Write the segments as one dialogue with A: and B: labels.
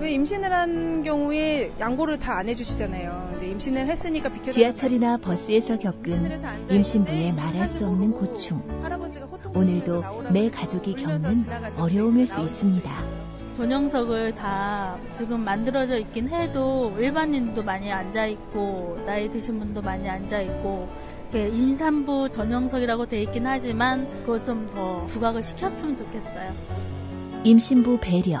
A: 왜 임신을 한 경우에 양보를 다 안 해주시잖아요. 근데 임신을 했으니까 비켜.
B: 지하철이나 버스에서 겪은 임신부의 말할 수 없는 고충. 오늘도 매 가족이 겪는 어려움일 수 있습니다.
C: 전용석을 다 지금 만들어져 있긴 해도 일반인도 많이 앉아 있고 나이 드신 분도 많이 앉아 있고 이렇게 임산부 전용석이라고 돼 있긴 하지만 그걸 좀 더 부각을 시켰으면 좋겠어요.
B: 임신부 배려,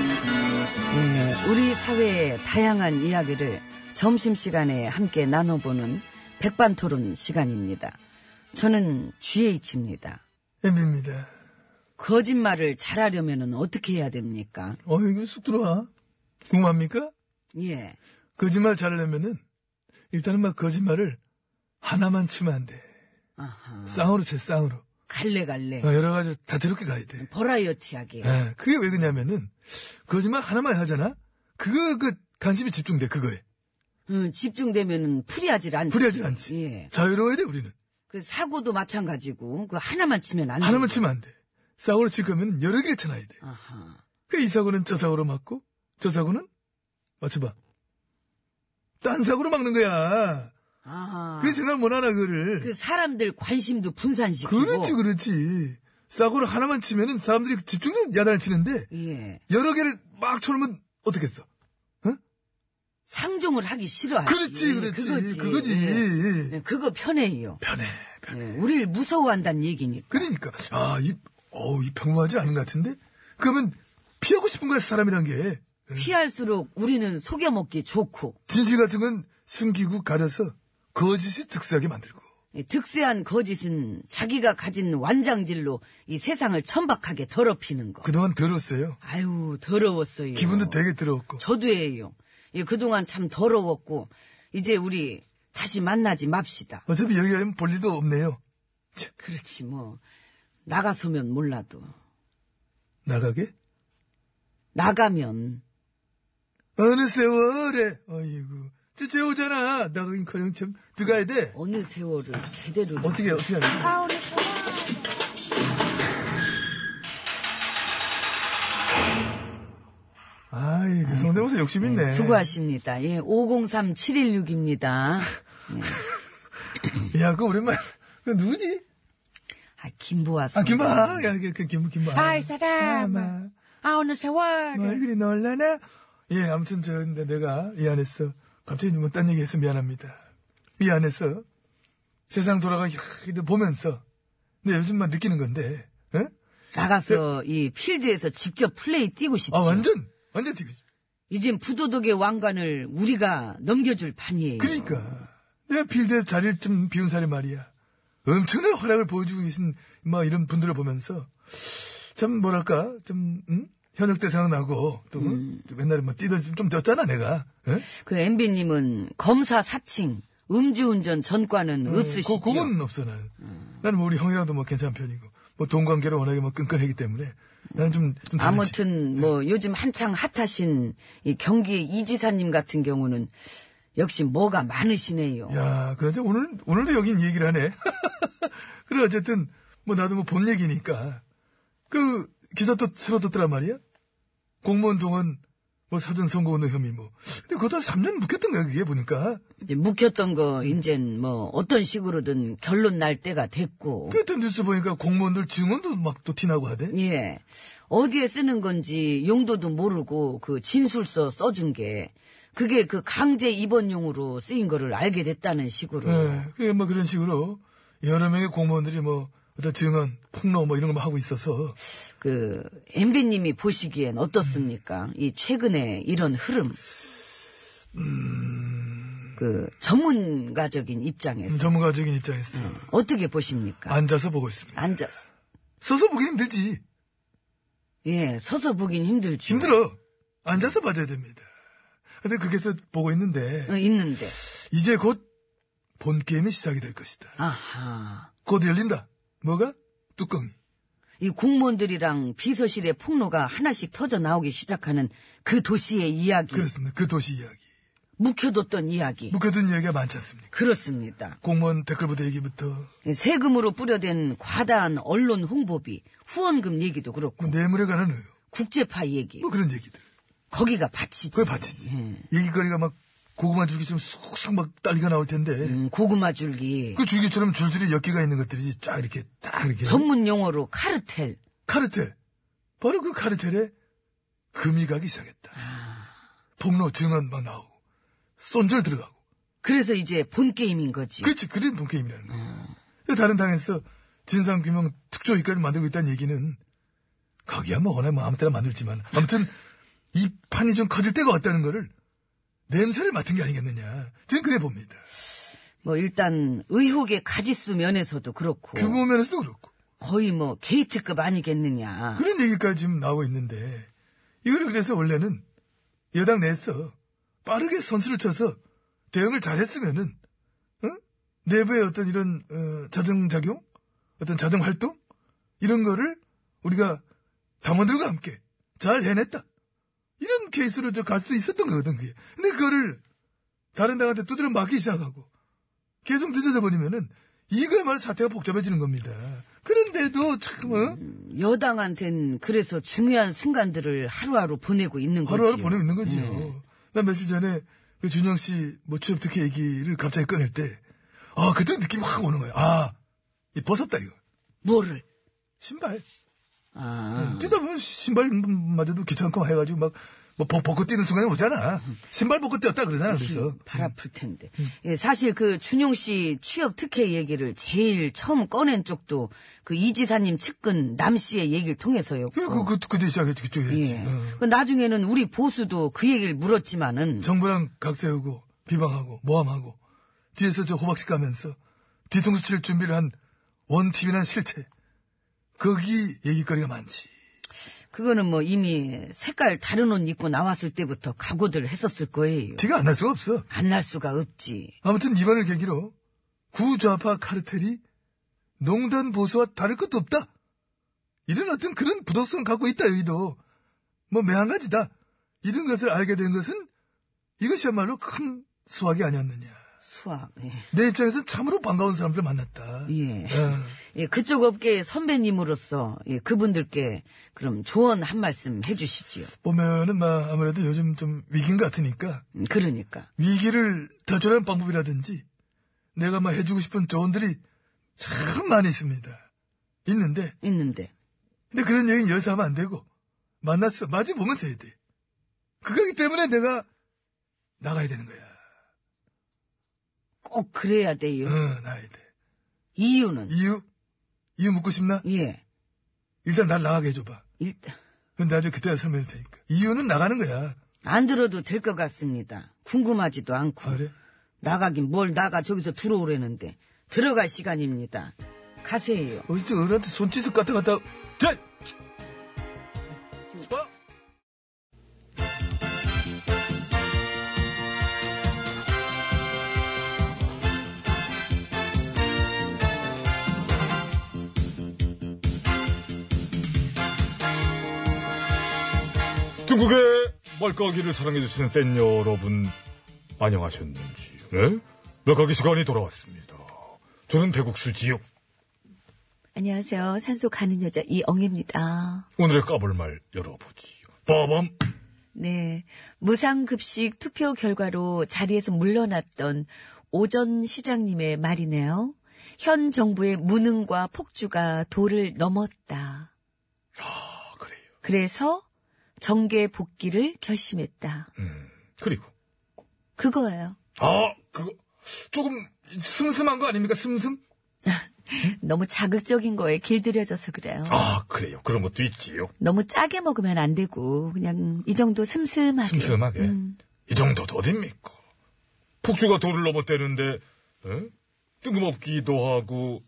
D: 네, 우리 사회의 다양한 이야기를 점심시간에 함께 나눠보는 백반토론 시간입니다. 저는 GH입니다.
E: 엠비입니다.
D: 거짓말을 잘하려면 어떻게 해야 됩니까?
E: 어, 이거 쑥 들어와. 궁금합니까?
D: 예.
E: 거짓말 잘하려면은, 일단은 막 거짓말을 하나만 치면 안 돼.
D: 아하.
E: 쌍으로 쳐, 쌍으로.
D: 갈래갈래.
E: 어, 여러 가지 다채롭게 가야 돼.
D: 버라이어티하게.
E: 예, 그게 왜 그러냐면은, 거짓말 하나만 하잖아? 그거, 그, 관심이 집중돼, 그거에.
D: 음, 집중되면 풀이하질 않지.
E: 불리하지 않지.
D: 예.
E: 자유로워야 돼, 우리는.
D: 그 사고도 마찬가지고, 그 하나만 치면 안 돼.
E: 하나만 치면 안 돼. 쌍으로 칠 거면 여러 개를 쳐놔야 돼.
D: 아하.
E: 그 이 사고는 저 사고로 맞고, 저 사고는? 맞춰봐. 딴 사고로 막는 거야.
D: 아하.
E: 그게 생각 못 하나, 그거를.
D: 그 사람들 관심도 분산시키고.
E: 그렇지, 그렇지. 싸구려 하나만 치면은 사람들이 집중적으로 야단을 치는데,
D: 예.
E: 여러 개를 막 쳐놓으면 어떻겠어?
D: 상종을 하기 싫어하지.
E: 그렇지, 아, 그렇지. 그거지.
D: 예. 네, 그거 편해요.
E: 편해, 편해.
D: 네, 우릴 무서워한다는 얘기니까.
E: 그러니까, 아, 이, 어우, 이 평범하지 않은 것 같은데? 그러면 피하고 싶은 거야, 사람이란 게.
D: 피할수록 우리는 속여먹기 좋고,
E: 진실 같은 건 숨기고 가려서 거짓이 득세하게 만들고.
D: 이 예, 득세한 거짓은 자기가 가진 완장질로 이 세상을 천박하게 더럽히는 거.
E: 그동안 더러웠어요.
D: 아유, 더러웠어요.
E: 기분도 되게 더러웠고.
D: 저도예요. 예, 그동안 참 더러웠고, 이제 우리 다시 만나지 맙시다.
E: 어차피 여기 가면 볼 일도 없네요.
D: 그렇지, 뭐. 나가서면 몰라도.
E: 나가게?
D: 나가면.
E: 어느 세월에, 아이고. 저, 쟤 오잖아. 나가긴 커녕 참, 들어가야 돼.
D: 어느 세월을 제대로.
E: 어떻게, 어떻게 하는 거야? 아이, 저 성대모사 욕심 있네.
D: 수고하십니다. 예, 503716입니다. 아,
E: 야, 그 오랜만에. 그 누구지?
D: 아, 김보아 씨.
E: 아, 김마. 야, 그, 그, 김, 김마.
F: 날 사람아.
E: 아마.
F: 아, 어느 세월.
E: 뭘 그리 뭐 놀라나? 예, 아무튼 저, 근데 내가 이 안에서 갑자기 뭐딴 얘기 해서 미안합니다. 이 안에서 세상 돌아가기 이렇게 보면서 근데 요즘 막 느끼는 건데, 어? 아, 응?
D: 나가서 이 필드에서 직접 플레이 뛰고 싶죠.
E: 네. 아, 완전, 완전 되고 싶어.
D: 이젠 부도덕의 왕관을 우리가 넘겨줄 판이에요.
E: 그러니까. 내가 필드에서 자리를 좀 비운 사람이 말이야. 엄청난 활약을 보여주고 계신 막 이런 분들을 보면서 참 뭐랄까, 좀, 응? 현역 때 생각나고 또 응? 옛날에 뭐 뛰던 좀 뛰었잖아, 내가. 응?
D: 그 MB님은 검사 사칭, 음주운전 전과는 없으시죠. 음.
E: 그, 그건 없어, 나는. 나는 뭐 우리 형이랑도 뭐 괜찮은 편이고, 뭐 돈 관계를 워낙에 뭐 끈끈하기 때문에, 나는 좀, 좀 다르지.
D: 아무튼 뭐 요즘 한창 핫하신 이 경기 이지사님 같은 경우는 역시 뭐가 많으시네요.
E: 야, 그러죠. 오늘, 오늘도 여긴 이 얘기를 하네. 그래, 어쨌든, 뭐 나도 뭐 본 얘기니까. 그, 기사 또 새로 떴더란 말이야? 공무원 동원, 뭐 사전 선거 운동 혐의 뭐. 근데 그것도 3년 묵혔던 거야, 그게 보니까.
D: 이제 묵혔던 거 이젠 뭐 어떤 식으로든 결론 날 때가 됐고.
E: 그때 뉴스 보니까 공무원들 증언도 막 또 티나고 하대.
D: 예. 어디에 쓰는 건지 용도도 모르고 그 진술서 써준 게 그게 그 강제 입원용으로 쓰인 거를 알게 됐다는 식으로.
E: 예, 그래, 뭐 그런 식으로 여러 명의 공무원들이 뭐 어떤 증언, 폭로 뭐 이런 거 하고 있어서
D: 그 엠비님이 보시기엔 어떻습니까? 이 최근에 이런 흐름. 그 전문가적인 입장에서 음.
E: 전문가적인 입장에서
D: 어떻게 보십니까?
E: 앉아서 보고 있습니다.
D: 앉아서.
E: 서서 보기는 되지.
D: 예, 서서 보긴 힘들죠.
E: 힘들어. 앉아서 봐줘야 됩니다. 근데 그게서 보고 있는데
D: 어, 있는데.
E: 이제 곧 본 게임이 시작이 될 것이다.
D: 아하.
E: 곧 열린다. 뭐가? 뚜껑이.
D: 이 공무원들이랑 비서실의 폭로가 하나씩 터져 나오기 시작하는 그 도시의 이야기,
E: 그렇습니다. 그 도시 이야기.
D: 묵혀뒀던 이야기.
E: 묵혀둔 이야기가 많지 않습니까?
D: 그렇습니다.
E: 공무원 댓글부대 얘기부터
D: 세금으로 뿌려댄 과다한 언론 홍보비, 후원금 얘기도
E: 그
D: 그렇고,
E: 뇌물에 관한 의혹.
D: 국제파 얘기.
E: 뭐 그런 얘기들.
D: 거기가 바치지.
E: 그걸 바치지.
D: 예.
E: 얘기거리가 막 고구마 줄기처럼 쏙쏙 막 딸기가 나올 텐데
D: 음, 고구마 줄기.
E: 그 줄기처럼 줄줄이 엿기가 있는 것들이 쫙 이렇게 딱 이렇게
D: 전문 용어로 카르텔.
E: 카르텔. 바로 그 카르텔에 금이 가기 시작했다.
D: 아.
E: 폭로 증언 막 나오고 손절 들어가고
D: 그래서 이제 본 게임인 거지.
E: 그렇지 그게 본 게임이라는 거야.
D: 음.
E: 근데 다른 당에서 진상규명 특조위까지 만들고 있다는 얘기는 거기야 뭐 워낙 뭐 아무 때나 만들지만 아무튼 이 판이 좀 커질 때가 왔다는 거를 냄새를 맡은 게 아니겠느냐. 저는 그래 봅니다.
D: 뭐 일단 의혹의 가지수 면에서도 그렇고
E: 규모 면에서도 그렇고
D: 거의 뭐 게이트급 아니겠느냐.
E: 그런 얘기까지 지금 나오고 있는데 이거를 그래서 원래는 여당 내에서 빠르게 선수를 쳐서 대응을 잘했으면은 어? 내부의 어떤 이런 어, 자정작용 어떤 자정활동 이런 거를 우리가 당원들과 함께 잘 해냈다 이런 케이스로 저 갈 수도 있었던 거거든 그게 근데 그거를 다른 당한테 두드려 맞기 시작하고 계속 늦어져 버리면은 이거야말로 사태가 복잡해지는 겁니다 그런데도 참 어?
D: 여당한텐 그래서 중요한 순간들을 하루하루 보내고 있는 거지. 네.
E: 하루하루 보내고 있는 거지요. 나 며칠 전에 그 준영 씨뭐 취업 특혜 얘기를 갑자기 꺼낼 때, 아 그때 느낌이 확 오는 거예요. 아, 이 벗었다 이거.
D: 뭐를?
E: 신발.
D: 아,
E: 뛰다 보면 신발마저도 귀찮고 해가지고 막. 뭐 벗- 벗고 뛰는 순간이 오잖아. 신발 벗고 뛰었다 그러잖아. 그래서 음.
D: 발 아플 텐데. 예, 사실 그 준용 씨 취업 특혜 얘기를 제일 처음 꺼낸 쪽도 그 이지사님 측근 남 씨의 얘기를 통해서였고.
E: 그리고 그, 그, 그때 시작했지 그쪽에 했지.
D: 예.
E: 어.
D: 그 나중에는 우리 보수도 그 얘기를 물었지만은
E: 정부랑 각세우고 비방하고 모함하고 뒤에서 저 호박씨 까면서 뒤통수 칠 준비를 한 원팀이란 실체. 거기 얘기거리가 많지.
D: 그거는 뭐 이미 색깔 다른 옷 입고 나왔을 때부터 각오들 했었을 거예요.
E: 티가 안 날 수가 없어.
D: 안 날 수가 없지.
E: 아무튼 이번을 계기로 구좌파 카르텔이 농단 보수와 다를 것도 없다. 이런 어떤 그런 부도성 갖고 있다 여기도 뭐 매한가지다. 이런 것을 알게 된 것은 이것이야말로 큰 수확이 아니었느냐.
D: 수학. 예.
E: 내 입장에서는 참으로 반가운 사람들 만났다.
D: 예.
E: 어.
D: 예, 그쪽 업계의 선배님으로서 예, 그분들께 그럼 조언 한 말씀 해주시지요.
E: 보면은 막 아무래도 요즘 좀 위기인 것 같으니까
D: 음, 그러니까
E: 위기를 탈출하는 방법이라든지 내가 막 해주고 싶은 조언들이 참 많이 있습니다. 있는데
D: 있는데
E: 근데 그런 얘기는 여기서 하면 안 되고, 만났어. 마주 보면서 해야 돼. 그거기 때문에 내가 나가야 되는 거야.
D: 꼭 그래야 돼요.
E: 어, 나가야 돼.
D: 이유는
E: 이유? 이유 묻고 싶나?
D: 예
E: 일단 날 나가게 해줘봐.
D: 일단
E: 그럼 나중에 그때 설명할 테니까. 이유는 나가는 거야.
D: 안 들어도 될 것 같습니다. 궁금하지도 않고
E: 아, 그래?
D: 나가긴 뭘 나가 저기서 들어오려는데 들어갈 시간입니다. 가세요.
E: 어디서 어른한테 손짓을 갖다 갖다. 자!
G: 중국의 말까기를 사랑해주시는 팬 여러분, 안녕하셨는지, 네? 말까기 시간이 돌아왔습니다. 저는 배국수 지옥,
B: 안녕하세요. 산소 가는 여자 이엉입니다.
G: 오늘의 까불 말 열어보지요. 빠밤!
B: 네. 무상급식 투표 결과로 자리에서 물러났던 오전 시장님의 말이네요. 현 정부의 무능과 폭주가 도를 넘었다.
G: 아, 그래요.
B: 그래서 정계 복귀를 결심했다.
G: 음, 그리고,
B: 그거예요.
G: 아, 그거,
E: 조금 슴슴한 거 아닙니까? 슴슴?
B: 너무 자극적인 거에 길들여져서 그래요.
G: 아, 그래요. 그런 것도 있지요.
B: 너무 짜게 먹으면 안 되고 그냥 이 정도 슴슴하게.
G: 슴슴하게.
D: 음.
G: 이 정도도 어딥니까? 폭주가 도를 넘었대는데, 에? 뜬금없기도 하고,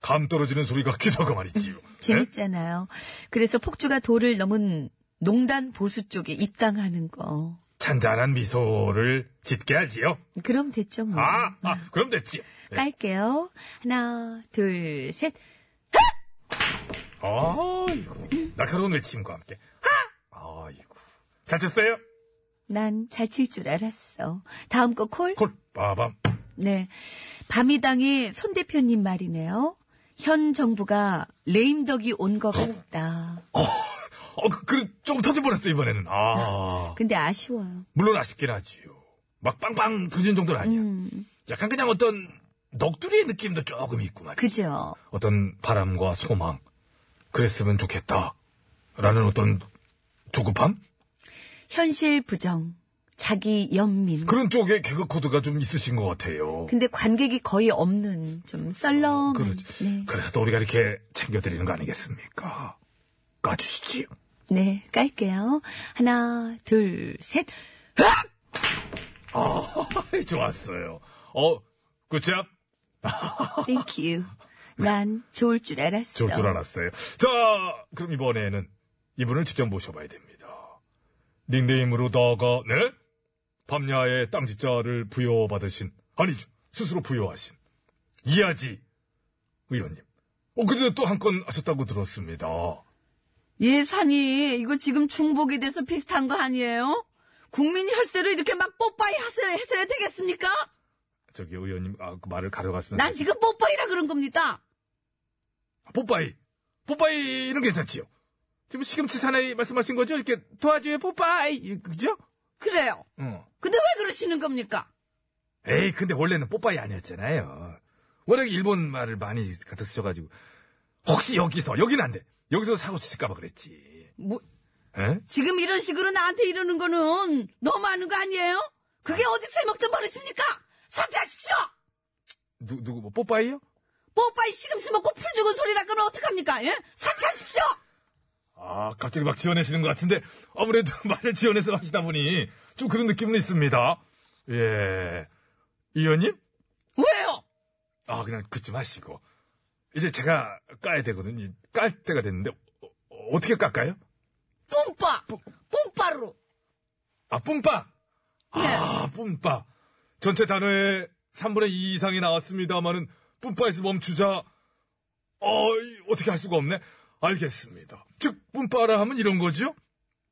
G: 감 떨어지는 소리 같기도 하고 말이지요.
D: 음,
G: 예?
D: 재밌잖아요. 그래서 폭주가 도를 넘은 농단 보수 쪽에 입당하는 거.
E: 잔잔한 미소를 짓게 하지요.
D: 그럼 됐죠 뭐.
E: 아, 아 그럼 됐지.
G: 예.
D: 깔게요. 하나, 둘, 셋.
E: 아이고 날카로운 외침과 함께. 하! 아이고 잘 쳤어요.
D: 난 잘 칠 줄 알았어. 다음 거 콜?
E: 콜 빠밤.
D: 네. 밤이당의 손 대표님 말이네요. 현 정부가 레임덕이 온 것 같다.
E: 어, 그, 그, 조금 터질 뻔했어, 이번에는. 아.
D: 근데 아쉬워요.
E: 물론 아쉽긴 하지요. 막 빵빵 터진 정도는 아니야.
D: 음,
E: 약간 그냥 어떤 넋두리의 느낌도 조금 있고 말이야.
D: 그죠.
E: 어떤 바람과 소망. 그랬으면 좋겠다. 라는 어떤 조급함?
D: 현실 부정, 자기 연민.
E: 그런 쪽에 개그 코드가 좀 있으신 것 같아요.
D: 근데 관객이 거의 없는 좀 썰렁한.
E: 그렇지.
D: 네.
E: 그래서 또 우리가 이렇게 챙겨드리는 거 아니겠습니까? 까주시지.
D: 네, 깔게요. 하나, 둘, 셋.
E: 아, 좋았어요. 어, 굿잡.
D: 땡큐. 난 좋을 줄 알았어.
E: 좋을 줄 알았어요. 자, 그럼 이번에는 이분을 직접 모셔봐야 됩니다. 닉네임으로다가, 네? 밤야의 땅지자를 부여받으신, 아니죠. 스스로 부여하신, 이하지 의원님. 어, 그래도 또 한 건 하셨다고 들었습니다.
H: 예산이 이거 지금 중복이 돼서 비슷한 거 아니에요? 국민 혈세를 이렇게 막 뽀빠이 하세요, 했어야 되겠습니까?
E: 저기 의원님, 아, 그 말을 가려갔으면.
H: 난 지금 뽀빠이라 그런 겁니다.
E: 뽀빠이. 뽀빠이는 괜찮지요. 지금 시금치 사나이 말씀하신 거죠? 이렇게 도와줘요, 뽀빠이. 그죠?
H: 그래요.
E: 어.
H: 근데 왜 그러시는 겁니까?
E: 에이, 근데 원래는 뽀빠이 아니었잖아요. 워낙 일본 말을 많이 갖다 쓰셔가지고. 혹시 여기서, 여기는 안 돼. 여기서 사고 치실까봐 그랬지.
H: 뭐,
E: 에?
H: 지금 이런 식으로 나한테 이러는 거는 너무 하는 거 아니에요? 그게 어디 쓸먹던 버릇입니까? 사퇴하십시오!
E: 누, 누구, 뭐, 뽀빠이요?
H: 뽀빠이 시금치 먹고 풀 죽은 소리라 그러면 어떡합니까? 예? 사퇴하십시오!
E: 아, 갑자기 막 지어내시는 것 같은데, 아무래도 말을 지어내서 하시다 보니, 좀 그런 느낌은 있습니다. 예. 이 의원님?
H: 왜요?
E: 아, 그냥 그쯤 하시고. 이제 제가 까야 되거든요. 깔 때가 됐는데, 어, 어, 떻게 깎아요?
H: 뿜빠! 뿜빠로!
E: 아, 뿜빠! 아, 뿜빠. 전체 단어에 3분의 2 이상이 나왔습니다만은, 뿜빠에서 멈추자, 어, 이, 어떻게 할 수가 없네? 알겠습니다. 즉, 뿜빠라 하면 이런 거죠?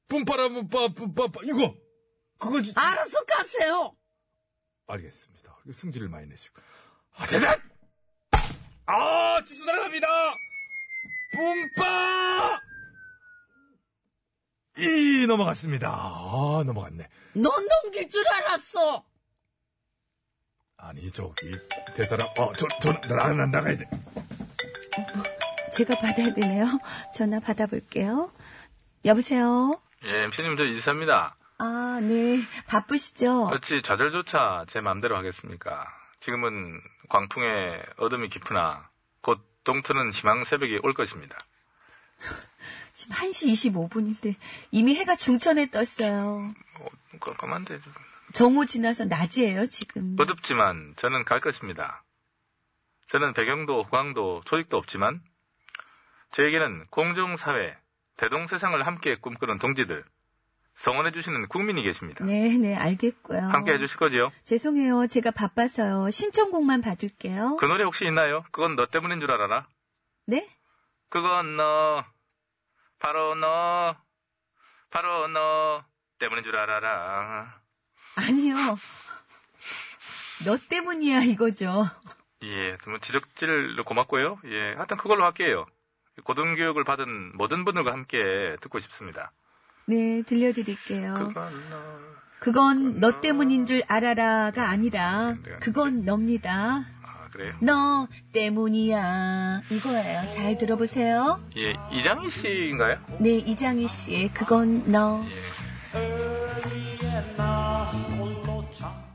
E: 뿜빠라, 뿜빠, 뿜빠, 빠- 이거! 그거지.
H: 알아서 가세요!
E: 알겠습니다. 승질을 많이 내시고. 아, 짜잔! 아, 지수 날아갑니다! 뿜빠! 이, 넘어갔습니다. 아, 넘어갔네.
H: 넌 넘길 줄 알았어!
E: 아니, 저기, 대사람, 어, 저, 저, 나, 나, 나가야 돼.
D: 제가 받아야 되네요. 전화 받아볼게요. 여보세요?
I: 예, MC님 저 이지사입니다.
D: 아, 네. 바쁘시죠?
I: 어찌 좌절조차 제 마음대로 하겠습니까? 지금은 광풍에 어둠이 깊으나 곧 동트는 희망 새벽이 올 것입니다.
D: 지금 1시 25분인데 이미 해가 중천에 떴어요.
I: 뭐, 깜깜한데 좀.
D: 정오 지나서 낮이에요, 지금.
I: 네. 어둡지만 저는 갈 것입니다. 저는 배경도 호강도 조직도 없지만 저에게는 공정사회, 대동세상을 함께 꿈꾸는 동지들, 성원해주시는 국민이 계십니다.
D: 네, 네, 알겠고요.
I: 함께 해주실 거지요?
D: 죄송해요. 제가 바빠서요. 신청곡만 받을게요.
I: 그 노래 혹시 있나요? 그건 너 때문인 줄 알아라.
D: 네?
I: 그건 너 바로 너 바로 너 때문인 줄 알아라
D: 아니요. 너 때문이야, 이거죠.
I: 예, 뭐 지적질 고맙고요 예, 하여튼 그걸로 할게요 고등교육을 받은 모든 분들과 함께 듣고 싶습니다
D: 네, 들려드릴게요.
I: 그건 어. 너
D: 그건 너 때문인 줄 알아라가 아니라,
I: 안 돼, 안 돼.
D: 그건 너입니다.
I: 아, 그래요?
D: 너 때문이야. 이거예요. 잘 들어보세요.
I: 예, 이장희 씨인가요?
D: 네, 이장희 씨의 그건 너.
I: 예.